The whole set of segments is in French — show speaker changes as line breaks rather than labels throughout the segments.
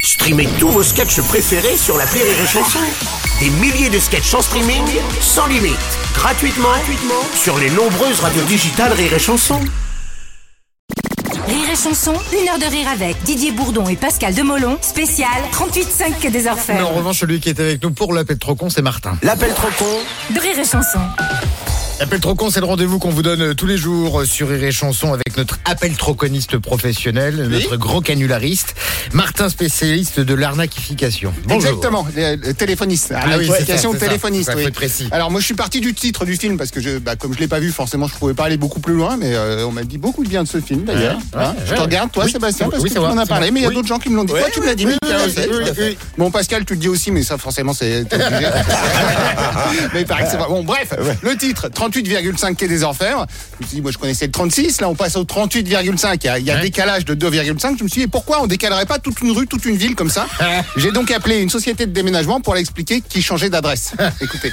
Streamez tous vos sketchs préférés sur la Rire et Chanson. Des milliers de sketchs en streaming, sans limite, gratuitement, gratuitement sur les nombreuses radios digitales Rire et Chanson.
Rire et chanson, une heure de rire avec Didier Bourdon et Pascal Demolon, spécial 38.5 que des
Mais en
orfèvres.
revanche, celui qui est avec nous pour l'appel trop con, c'est Martin.
L'appel trop con
De rire et chanson.
L'appel trop con, c'est le rendez-vous qu'on vous donne euh, tous les jours euh, sur Rire et Chanson avec notre appel troconiste professionnel, notre grand canulariste, Martin, spécialiste de l'arnaquification. Bonjour.
Exactement, le, le téléphoniste,
Ah oui, c'est
l'application
ça, c'est ça.
téléphoniste.
Ouais, faut
oui.
être précis.
Alors moi je suis parti du titre du film parce que je, bah, comme je l'ai pas vu forcément je pouvais pas aller beaucoup plus loin mais euh, on m'a dit beaucoup de bien de ce film d'ailleurs.
Ouais, ouais,
Hein. je te
ouais.
regarde toi
Oui,
Sébastien parce
oui,
que
c'est
tu
vrai,
m'en as
c'est
parlé
vrai.
mais il y a
Oui.
d'autres gens qui me l'ont dit.
Oui,
Toi tu me l'as dit
oui,
Mickaël,
oui,
c'est-
oui,
tout à
oui,
fait.
oui.
Bon Pascal tu le dis aussi mais ça forcément c'est t'es obligé. mais il paraît que c'est vrai. Bon bref, le titre 38,5 quai des Orfèvres. Je me suis dit moi je connaissais le 36 là on passe au 38,5 il y a, il y a
Ouais.
décalage de 2,5 je me suis dit pourquoi on décalerait pas toute une rue, toute une ville comme ça j'ai donc appelé une société de déménagement pour l'expliquer qui changeait d'adresse. Écoutez.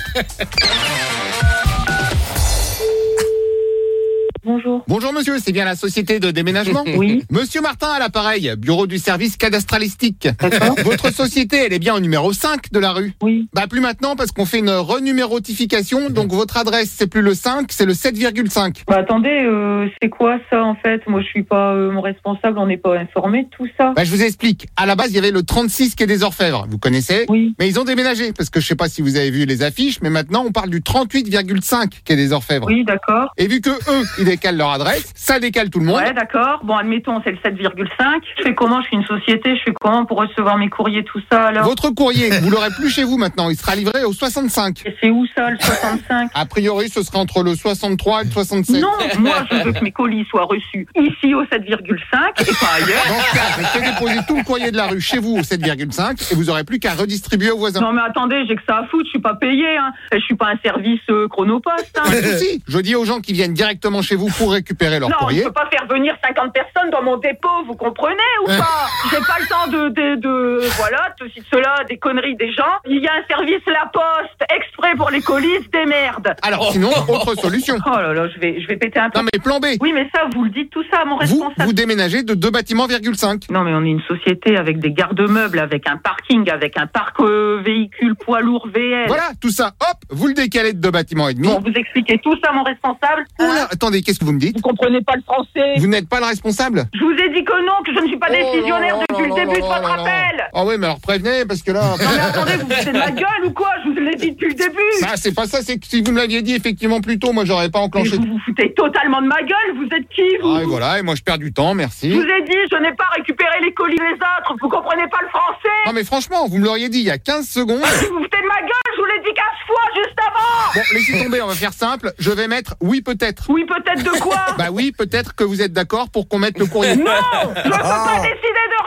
Bonjour.
Bonjour monsieur, c'est bien la société de déménagement
Oui.
Monsieur Martin à l'appareil, bureau du service cadastralistique.
D'accord.
Votre société, elle est bien au numéro 5 de la rue
Oui.
Bah plus maintenant parce qu'on fait une renumérotification,
Mhm.
donc votre adresse c'est plus le 5, c'est le 7,5.
Bah attendez, euh, c'est quoi ça en fait Moi je suis pas euh, mon responsable, on n'est pas informé de tout ça.
Bah je vous explique, à la base il y avait le 36 qui est des Orfèvres, vous connaissez
Oui.
Mais ils ont déménagé, parce que je sais pas si vous avez vu les affiches, mais maintenant on parle du 38,5 qui est des Orfèvres.
Oui, d'accord.
Et vu que eux, ils décalent leur adresse, ça décale tout le monde.
Ouais, d'accord. Bon, admettons, c'est le 7,5. Je fais comment Je suis une société, je fais comment pour recevoir mes courriers, tout ça alors
Votre courrier, vous l'aurez plus chez vous maintenant, il sera livré au 65.
Et C'est où ça, le 65
A priori, ce sera entre le 63 et le 67.
Non, moi je veux que mes colis soient reçus ici au 7,5 et pas ailleurs.
Dans ce cas, vous faites déposer tout le courrier de la rue chez vous au 7,5 et vous aurez plus qu'à redistribuer aux voisins.
Non mais attendez, j'ai que ça à foutre, je suis pas payé, hein. Je suis pas un service euh, chronopost. Hein.
Pas de souci. Je dis aux gens qui viennent directement chez vous pour récupérer leur
Non,
courrier.
je peux pas faire venir 50 personnes dans mon dépôt, vous comprenez ou pas J'ai pas le temps de, de, de voilà, de ceci, de cela, des conneries des gens. Il y a un service La Poste exprès pour les colis, des merdes.
Alors, sinon, autre solution.
Oh là là, je vais, je vais péter un
Ah. Non,
plan.
mais plan B.
Oui, mais ça, vous le dites tout ça à mon
Vous,
responsable.
vous déménagez de deux bâtiments, 5.
Non, mais on est une société avec des garde-meubles, avec un parking, avec un parc euh, véhicule poids lourd VL.
Voilà, tout ça, hop, vous le décalez de deux bâtiments et demi.
Eh Bon, vous expliquez tout ça à mon responsable.
Oula, attendez, qu'est-ce que vous me dites
Vous comprenez pas le français.
Oh Vous Oh n'êtes pas le responsable
Je vous ai dit que non, que je ne suis pas décisionnaire depuis le début de votre appel.
Ah oui, mais alors prévenez, parce que là...
Non mais attendez, vous vous foutez de ma gueule ou quoi Je vous l'ai dit depuis le début.
Ah, c'est pas ça, c'est que si vous me l'aviez dit effectivement plus tôt, moi j'aurais pas
Mais
enclenché.
vous vous foutez totalement de ma gueule. Vous êtes qui vous
Ah, et voilà, et moi je perds du temps,
Je
merci.
vous ai dit, je n'ai pas récupéré les colis des autres. Vous comprenez pas le français
Non mais franchement, vous me l'auriez dit il y a 15 secondes.
Vous vous foutez de ma gueule. Je vous l'ai dit 15 fois juste avant.
Bon, laissez tomber, on va faire simple. Je vais mettre oui peut-être.
Oui, peut-être de quoi
Bah oui, peut-être que vous êtes d'accord pour qu'on mette le courrier.
Non, je ne peux pas décider de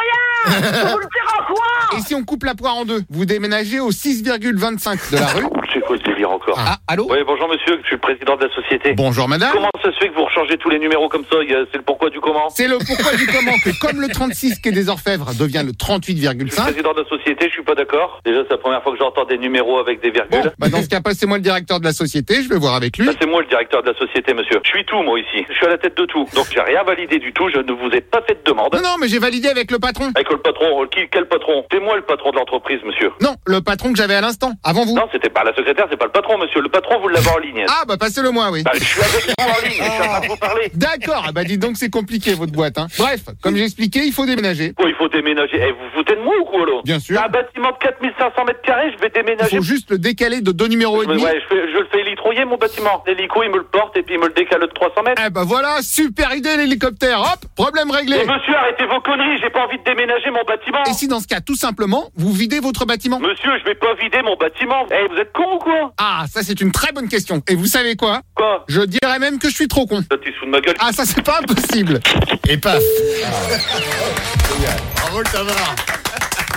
rien. Je vous le tire en quoi
Ah. Et si on coupe la poire en deux, vous déménagez au 6,25 de la rue.
C'est quoi ce délire encore
Ah, allô
Oui, bonjour monsieur, je suis le président de la société.
Bonjour madame.
Comment ça se fait que vous rechangez tous les numéros comme ça Il y a- C'est le pourquoi du comment
C'est le pourquoi du comment que comme le 36 qui est des orfèvres devient le
Je suis
38,5.
président de la société, je suis pas d'accord. Déjà, c'est la première fois que j'entends des numéros avec des
Bon,
virgules.
bah dans ce cas, passez-moi le directeur de la société, je vais voir avec lui.
Ça, c'est moi le directeur de la société, monsieur. Je suis tout, moi, ici. Je suis à la tête de tout. Donc, j'ai rien validé du tout. Je ne vous ai pas fait de demande.
Non, non, mais j'ai validé avec le patron.
Avec le patron, euh, qui, quel patron C'est moi le patron de l'entreprise, monsieur.
Non, le patron que j'avais à l'instant, avant vous.
Non, c'était pas la secrétaire, c'est pas le patron, monsieur. Le patron, vous l'avez en ligne.
Ah bah passez-le moi, oui.
Bah, je suis avec vous en ligne, je suis en train de vous parler.
D'accord, ah bah dis donc c'est compliqué votre boîte. Hein. Bref, comme j'ai expliqué, il faut déménager.
Quoi, il faut déménager Eh, vous vous foutez de moi ou quoi, là
Bien sûr.
Un bâtiment de 4500 mètres carrés, je vais
Il
déménager
faut juste le décaler de deux numéros et
Ouais,
demi.
ouais, je, fais- je le fais électroyer mon bâtiment. L'hélico, il me le porte et puis il me le décale de 300 mètres.
Eh bah voilà, super idée l'hélicoptère. Hop, problème réglé.
Et monsieur, arrêtez vos conneries, j'ai pas envie de déménager mon bâtiment.
Ah, Et si dans ce cas, tout simplement, vous videz votre bâtiment
Monsieur, je vais pas vider mon bâtiment. Eh, vous êtes con ou quoi
Ah, ça c'est une très bonne question. Et vous savez quoi
Quoi
Je dirais même que je suis trop con.
Toi, tu te fous de ma gueule.
Ah ça c'est pas impossible. Et paf.
Ah.
Bravo le Tamara.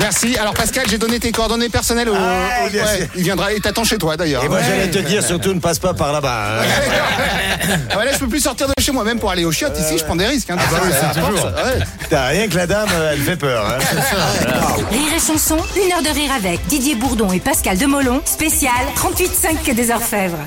Merci. Alors Pascal, j'ai donné tes coordonnées personnelles au.
Ah,
au-
bien
ouais,
sûr.
il viendra. Il t'attend chez toi d'ailleurs.
Et moi, j'allais te dire, surtout ne passe pas par là-bas. hein.
Ah ouais, là, je peux plus sortir de chez moi, même pour aller aux chiottes. Ici, je prends des risques. Hein,
Euh, bah oui, c'est toujours. Putain, rien que la dame, euh, elle fait peur. hein.
Rire et chanson, une heure de rire avec Didier Bourdon et Pascal Demolon, spécial 38.5 que des orfèvres.